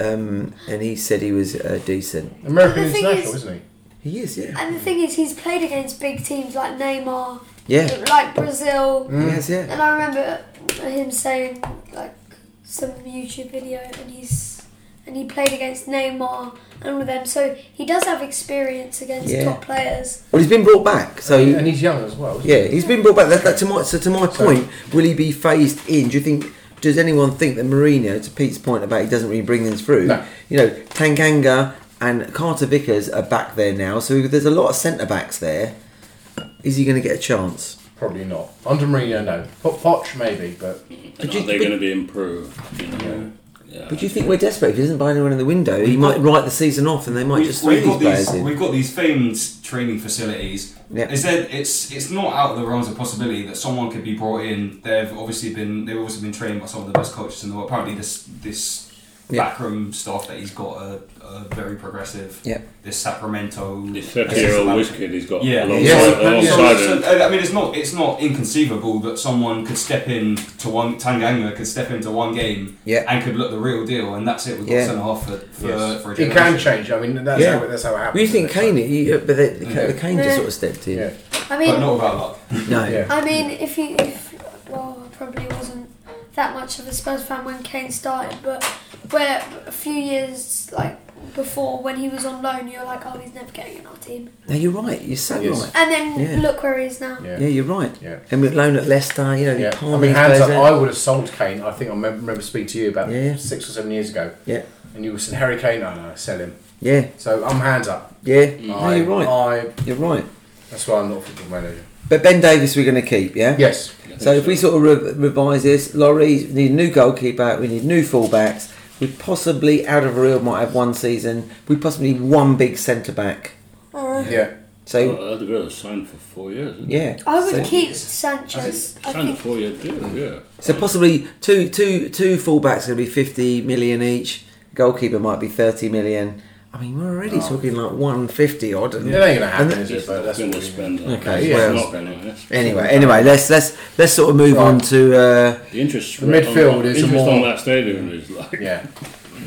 Speaker 1: um, and he said he was uh, decent.
Speaker 5: American
Speaker 2: The thing
Speaker 5: international,
Speaker 2: is-
Speaker 5: is, not he?
Speaker 1: He is, yeah.
Speaker 2: and the thing is, he's played against big teams like Neymar,
Speaker 1: Yeah, Mm.
Speaker 2: like Brazil,
Speaker 1: he has, yeah.
Speaker 2: and I remember him saying like some YouTube video, and he's and he played against Neymar and all of them, so he does have experience against
Speaker 1: Yeah.
Speaker 2: top players.
Speaker 1: Well, he's been brought back, so
Speaker 5: and he's young as well. isn't
Speaker 1: yeah, he's been brought back. That, that, to my, so to my point, will he be phased in? Do you think? Does anyone think that Mourinho, to Pete's point about he doesn't really bring them through?
Speaker 5: No.
Speaker 1: You know, Tanganga and Carter Vickers are back there now, so there's a lot of centre backs there. Is he going to get a chance?
Speaker 5: he? Probably not. Under Mourinho, no. Po- Poch maybe, but
Speaker 4: And
Speaker 1: you-
Speaker 4: are they
Speaker 1: but-
Speaker 4: going to be improved? You know? yeah.
Speaker 1: But do you think we're desperate? If he doesn't buy anyone in the window, he might write the season off, and they might just
Speaker 3: We've,
Speaker 1: throw
Speaker 3: we've,
Speaker 1: these
Speaker 3: got
Speaker 1: players
Speaker 3: these,
Speaker 1: in.
Speaker 3: we've got these famed training facilities.
Speaker 1: Yeah.
Speaker 3: Is there, it's it's not out of the realms of possibility that someone could be brought in. They've obviously been they've obviously been trained by some of the best coaches in the world. Apparently, this this
Speaker 1: Yeah.
Speaker 3: backroom stuff that he's got a, a very progressive.
Speaker 1: Yeah.
Speaker 3: This Sacramento.
Speaker 4: This 30 year old whiskey he's got
Speaker 3: Yeah.
Speaker 4: alongside,
Speaker 5: Yes.
Speaker 4: alongside
Speaker 3: So,
Speaker 4: him.
Speaker 3: so, I mean, it's not it's not inconceivable that someone could step in to one Tanganga could step into one game
Speaker 1: Yeah.
Speaker 3: and could look the real deal, and that's it. We've got
Speaker 1: Yeah.
Speaker 3: sent off for for,
Speaker 5: Yes.
Speaker 3: for a
Speaker 5: it can
Speaker 3: generation.
Speaker 5: change. I mean, that's
Speaker 1: Yeah.
Speaker 5: how that's how it happens.
Speaker 1: Well, you think
Speaker 5: isn't it?
Speaker 1: Kane, you, but the, the,
Speaker 5: Yeah.
Speaker 1: the Kane just
Speaker 2: Yeah.
Speaker 1: sort of stepped in.
Speaker 5: Yeah.
Speaker 2: I
Speaker 3: but
Speaker 2: mean,
Speaker 3: not without luck.
Speaker 1: No.
Speaker 5: Yeah.
Speaker 2: I mean, if you, if, well, I probably wasn't that much of a Spurs fan when Kane started, but where a few years like before when he was on loan, you're like, oh, he's never getting in our team,
Speaker 1: No, you're right. You're so
Speaker 5: Yes.
Speaker 1: right.
Speaker 2: and then
Speaker 1: Yeah.
Speaker 2: look where he is now.
Speaker 5: Yeah.
Speaker 1: Yeah, you're right.
Speaker 5: Yeah.
Speaker 1: And with loan at Leicester, you know,
Speaker 5: Yeah, I
Speaker 1: palming
Speaker 5: mean,
Speaker 1: these
Speaker 5: hands up,
Speaker 1: players
Speaker 5: I
Speaker 1: out.
Speaker 5: would have sold Kane. I think I remember, remember speaking to you about
Speaker 1: Yeah.
Speaker 5: six or seven years ago.
Speaker 1: Yeah.
Speaker 5: And you were saying, Harry Kane, no, no, sell him.
Speaker 1: Yeah,
Speaker 5: So I'm hands up.
Speaker 1: yeah. No,
Speaker 5: I,
Speaker 1: you're right.
Speaker 5: I,
Speaker 1: You're right.
Speaker 5: that's why I'm not a football manager.
Speaker 1: But Ben Davis, we're going to keep, yeah?
Speaker 5: Yes.
Speaker 1: So if we sort of re- revise this, Laurie, we need a new goalkeeper, we need new fullbacks, we possibly, out of real, might have one season, we possibly need one big centre back.
Speaker 5: Yeah.
Speaker 1: So,
Speaker 4: Oh, I'd rather signed for four years. isn't it?
Speaker 1: yeah.
Speaker 2: I would
Speaker 1: so,
Speaker 2: keep Sanchez. I
Speaker 4: Signed a
Speaker 2: think
Speaker 4: four year deal, yeah.
Speaker 1: So possibly two, two, two fullbacks going to be 50 million each, goalkeeper might be 30 million. I mean, we're already talking like 150 odd. and-
Speaker 5: Oh. It ain't gonna happen,
Speaker 1: And-
Speaker 5: is it? But that's
Speaker 4: going
Speaker 5: what
Speaker 4: to
Speaker 5: we-
Speaker 4: spend that.
Speaker 1: Okay,
Speaker 4: It's
Speaker 1: well-
Speaker 4: not gonna, that's-
Speaker 1: Anyway, anyway, let's let's let's sort of move on to uh,
Speaker 4: The interest
Speaker 5: The
Speaker 4: rate
Speaker 5: midfield
Speaker 4: on,
Speaker 5: is a
Speaker 4: interest
Speaker 5: more-
Speaker 4: on that stadium is like
Speaker 5: Yeah.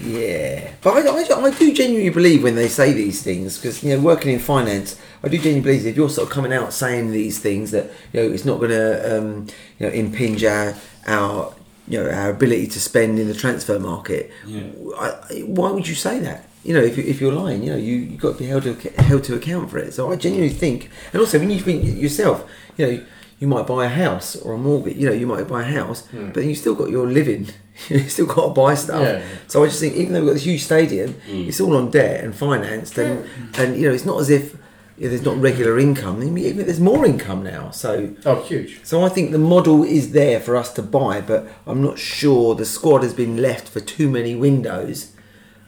Speaker 1: Yeah, but I, I, I do genuinely believe when they say these things because you know working in finance, I do genuinely believe if you're sort of coming out saying these things that you know it's not going to um, you know impinge our our you know our ability to spend in the transfer market.
Speaker 3: Yeah.
Speaker 1: I, I- why would you say that? You know, if, you, if you're lying, you know you you got to be held to ac- held to account for it. So I genuinely think, and also when you think yourself, you know. You might buy a house or a mortgage. You know, you might buy a house, but you still got your living. you still got to buy stuff.
Speaker 5: Yeah.
Speaker 1: So I just think, even though we've got this huge stadium, it's all on debt and financed, and and you know, it's not as if you know, there's not regular income. I mean, even there's more income now. So
Speaker 5: Oh, huge.
Speaker 1: so I think the model is there for us to buy, but I'm not sure the squad has been left for too many windows,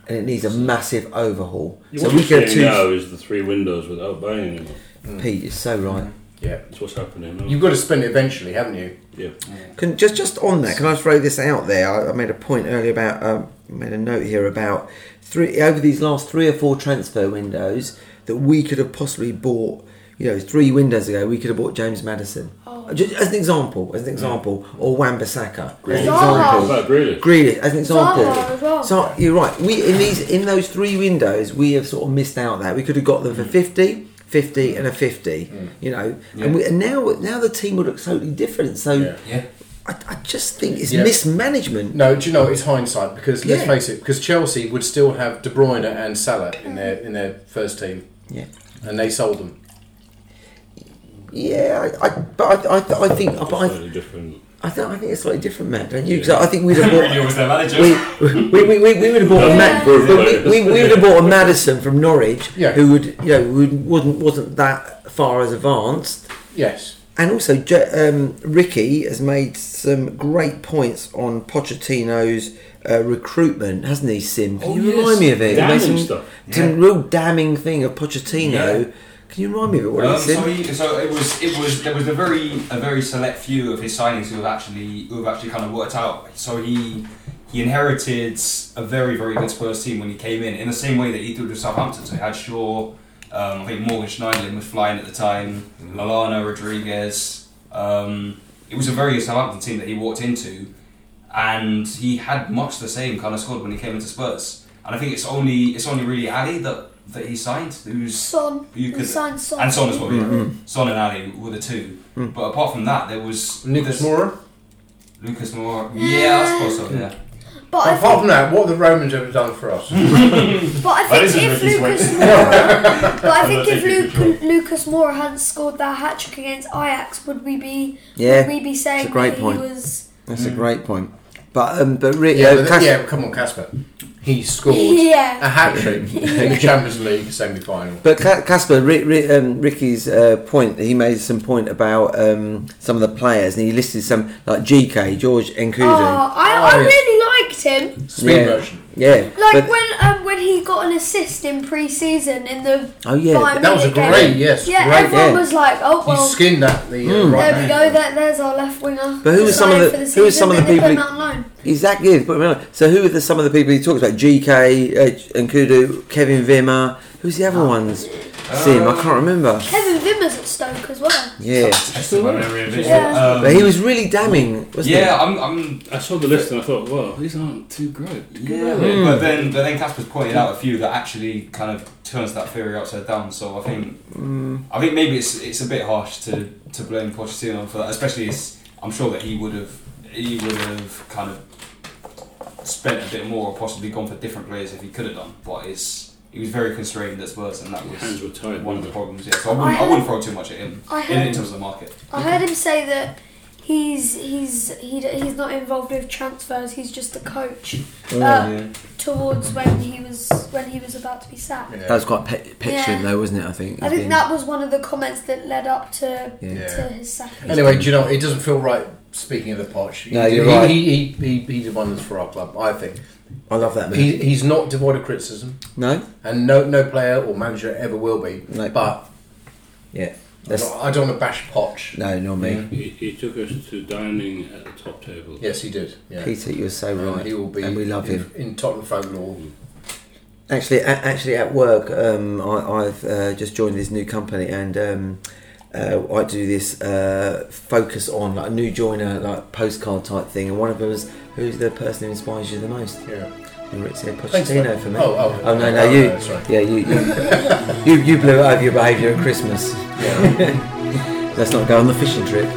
Speaker 1: and it needs a massive overhaul.
Speaker 4: what
Speaker 1: we
Speaker 4: we are seeing now is the three windows without buying them.
Speaker 1: Pete, you're so right.
Speaker 5: Yeah.
Speaker 4: That's what's happening. now.
Speaker 5: You've got to spend it eventually, haven't you?
Speaker 4: yeah.
Speaker 1: Can just just on that, can I throw this out there? I, I made a point earlier about um, made a note here about three over these last three or four transfer windows that we could have possibly bought. You know, three windows ago, we could have bought James Madison.
Speaker 2: Oh.
Speaker 1: Just as an example, as an example, or Wan Bissaka. As an
Speaker 2: Zaha.
Speaker 1: example,
Speaker 4: But really,
Speaker 1: Grealish, as an example.
Speaker 2: Zaha as well.
Speaker 1: So you're right. We in these in those three windows, we have sort of missed out that we could have got them for 50, 50 and a 50. You know, and, we, and now now the team would look totally different. So
Speaker 5: Yeah.
Speaker 3: Yeah.
Speaker 1: I, I just think it's
Speaker 5: Yeah.
Speaker 1: mismanagement.
Speaker 5: No, do you know it's hindsight because let's
Speaker 1: Yeah.
Speaker 5: face it, because Chelsea would still have De Bruyne and Salah
Speaker 2: Mm.
Speaker 5: in their in their first team,
Speaker 1: Yeah,
Speaker 5: and they sold them.
Speaker 1: yeah. I, I but I, I, I think but I,
Speaker 4: slightly different.
Speaker 1: I, think I think it's slightly different, Matt, don't you? Because I think we'd have
Speaker 3: Mourinho
Speaker 1: bought.
Speaker 3: was their manager.
Speaker 1: We, we, we, we, we would have bought a Ma-
Speaker 2: Yeah.
Speaker 1: we, we, we would have bought a Madison from Norwich,
Speaker 5: Yeah.
Speaker 1: who would you know would, wouldn't wasn't that far as advanced,
Speaker 5: Yes.
Speaker 1: And also, Je- um, Ricky has made some great points on Pochettino's uh, recruitment, hasn't he, Sim? Can
Speaker 4: Oh,
Speaker 1: you
Speaker 4: yes.
Speaker 1: remind me of it? He made
Speaker 4: Damning
Speaker 1: some,
Speaker 4: stuff.
Speaker 1: Some real damning thing of Pochettino.
Speaker 3: Yeah.
Speaker 1: Can you remind me of it, what
Speaker 3: Um,
Speaker 1: he said?
Speaker 3: so, he, so it was it was there was a very a very select few of his signings who have actually who have actually kind of worked out. So he he inherited a very very good Spurs team when he came in in the same way that he did with Southampton. So he had Shaw, um, I think Morgan Schneiderlin was flying at the time,
Speaker 1: Mm.
Speaker 3: Lallana Rodriguez. Um, it was a very good Southampton team that he walked into, and he had much the same kind of squad when he came into Spurs. And I think it's only it's only really Ali that that he signed who's
Speaker 2: Son,
Speaker 3: You
Speaker 2: we
Speaker 3: could-
Speaker 2: signed Son.
Speaker 3: and Son as well. yeah.
Speaker 1: Mm-hmm.
Speaker 3: Son and Ali were the two.
Speaker 1: Mm.
Speaker 3: But apart from that, there was
Speaker 5: Nicholas
Speaker 3: there's-
Speaker 5: Moura.
Speaker 3: Lucas Moura. Yeah, I suppose so. Yeah.
Speaker 2: But
Speaker 3: Oh,
Speaker 2: I
Speaker 5: Apart
Speaker 2: think,
Speaker 5: from that, what the Romans have done for us?
Speaker 1: Mm.
Speaker 2: but I
Speaker 3: That
Speaker 2: think
Speaker 3: isn't
Speaker 2: if
Speaker 3: Ricky's way.
Speaker 2: Lucas Moura, but I
Speaker 3: not
Speaker 2: think if
Speaker 3: taking
Speaker 2: Luke, Lucas Moura hadn't scored that hat trick against Ajax, would we be?
Speaker 1: Yeah,
Speaker 2: would we be saying
Speaker 1: it's a great
Speaker 2: that
Speaker 1: point.
Speaker 2: he was?
Speaker 1: That's a great point. But um, but Rick,
Speaker 5: Mm. Yeah,
Speaker 1: uh,
Speaker 5: but th-
Speaker 1: Cas-
Speaker 5: yeah, come on, Casper. He scored
Speaker 2: Yeah.
Speaker 5: a hat trick in the Champions League semi final.
Speaker 1: But Ca- Casper, Rick, Rick, um, Ricky's uh, point, he made some point about um, some of the players, and he listed some like GK, George Nkudu.
Speaker 2: Oh, I,
Speaker 5: Oh,
Speaker 2: I
Speaker 5: yeah.
Speaker 2: really liked him.
Speaker 5: Speed
Speaker 1: yeah.
Speaker 5: version.
Speaker 1: Yeah.
Speaker 2: Like
Speaker 1: but-
Speaker 2: when um, when he got an assist in pre-season in the
Speaker 1: oh, yeah.
Speaker 2: Bayern
Speaker 5: That was a
Speaker 2: Munich game.
Speaker 5: great, yes,
Speaker 2: yeah
Speaker 5: great.
Speaker 2: everyone
Speaker 1: yeah.
Speaker 2: was like oh
Speaker 5: He
Speaker 2: well
Speaker 5: skinned that the uh, right
Speaker 1: Mm.
Speaker 2: there we
Speaker 5: hand.
Speaker 2: go that, there's our left winger
Speaker 1: But who were some of
Speaker 2: Signed
Speaker 1: the-
Speaker 2: for
Speaker 1: who were some of
Speaker 2: season,
Speaker 1: the
Speaker 2: then they
Speaker 1: people
Speaker 2: put him out on loan.
Speaker 1: Exactly. the point I'm making. So who are the, some of the people he talks about? GK, uh, Nkudu, Kevin Vimmer. Who's the
Speaker 5: Oh.
Speaker 1: other ones? Sim, I can't remember.
Speaker 2: Kevin Vimmer's at Stoke as well.
Speaker 1: Yeah.
Speaker 3: Test of my memory of it.
Speaker 2: Yeah.
Speaker 3: Um,
Speaker 1: But he was really damning, wasn't
Speaker 3: yeah, I'm. I'm
Speaker 4: I saw the list and I thought, wow, these aren't too great.
Speaker 3: yeah, but then but then Casper's pointed out a few that actually kind of turns that theory upside down. So I think I think maybe it's it's a bit harsh to to blame Pochettino for that, especially as I'm sure that he would have he would have kind of spent a bit more or possibly gone for different players if he could have done. But it's he was very constrained as well, and that was
Speaker 4: Hands were tied.
Speaker 3: one of the
Speaker 4: weren't
Speaker 3: problems. Yeah, so I wouldn't, I wouldn't throw too much at him
Speaker 2: I
Speaker 3: in, in
Speaker 2: heard,
Speaker 3: terms of the market.
Speaker 2: I heard him say that he's he's he, d- he's not involved with transfers. He's just the coach.
Speaker 5: Oh,
Speaker 2: Uh,
Speaker 3: Yeah.
Speaker 2: Towards when he was when he was about to be sacked.
Speaker 1: he? That was quite pe- petulant,
Speaker 2: Yeah.
Speaker 1: though, wasn't it? I think.
Speaker 2: I think
Speaker 1: Being-
Speaker 2: that was one of the comments that led up to
Speaker 1: Yeah.
Speaker 2: to his sacking.
Speaker 5: Anyway, do you know it doesn't feel right speaking of the Poch.
Speaker 1: No,
Speaker 5: he,
Speaker 1: you're
Speaker 5: he,
Speaker 1: right.
Speaker 5: he, he, he, he did wonders for our club, I think.
Speaker 1: I love that man.
Speaker 5: He, he's not devoid of criticism,
Speaker 1: no.
Speaker 5: and no no player or manager ever will be.
Speaker 1: No.
Speaker 5: But
Speaker 1: Yeah.
Speaker 5: I
Speaker 1: That's,
Speaker 5: don't, I don't want to bash Poch.
Speaker 1: no, not me.
Speaker 4: He, he took us to dining at the top table.
Speaker 5: Yes, he did. Yeah.
Speaker 1: Peter, you're so
Speaker 5: And
Speaker 1: right.
Speaker 5: He will be
Speaker 1: and we love
Speaker 5: in,
Speaker 1: him.
Speaker 5: in Tottenham folklore.
Speaker 1: Actually, a- actually, at work, um, I, I've uh, just joined this new company, and um, uh, I do this uh, focus on like a new joiner, like postcard type thing. And one of them is who's the person who inspires you the most.
Speaker 5: Yeah.
Speaker 1: And Rick said
Speaker 5: Thanks, mate.
Speaker 1: Pochettino for me.
Speaker 5: Oh, oh.
Speaker 1: oh no, no,
Speaker 5: Oh,
Speaker 1: you,
Speaker 5: no, sorry.
Speaker 1: yeah, you, you, you, you blew over your behaviour at Christmas.
Speaker 5: Yeah.
Speaker 1: Let's not go on the fishing trip.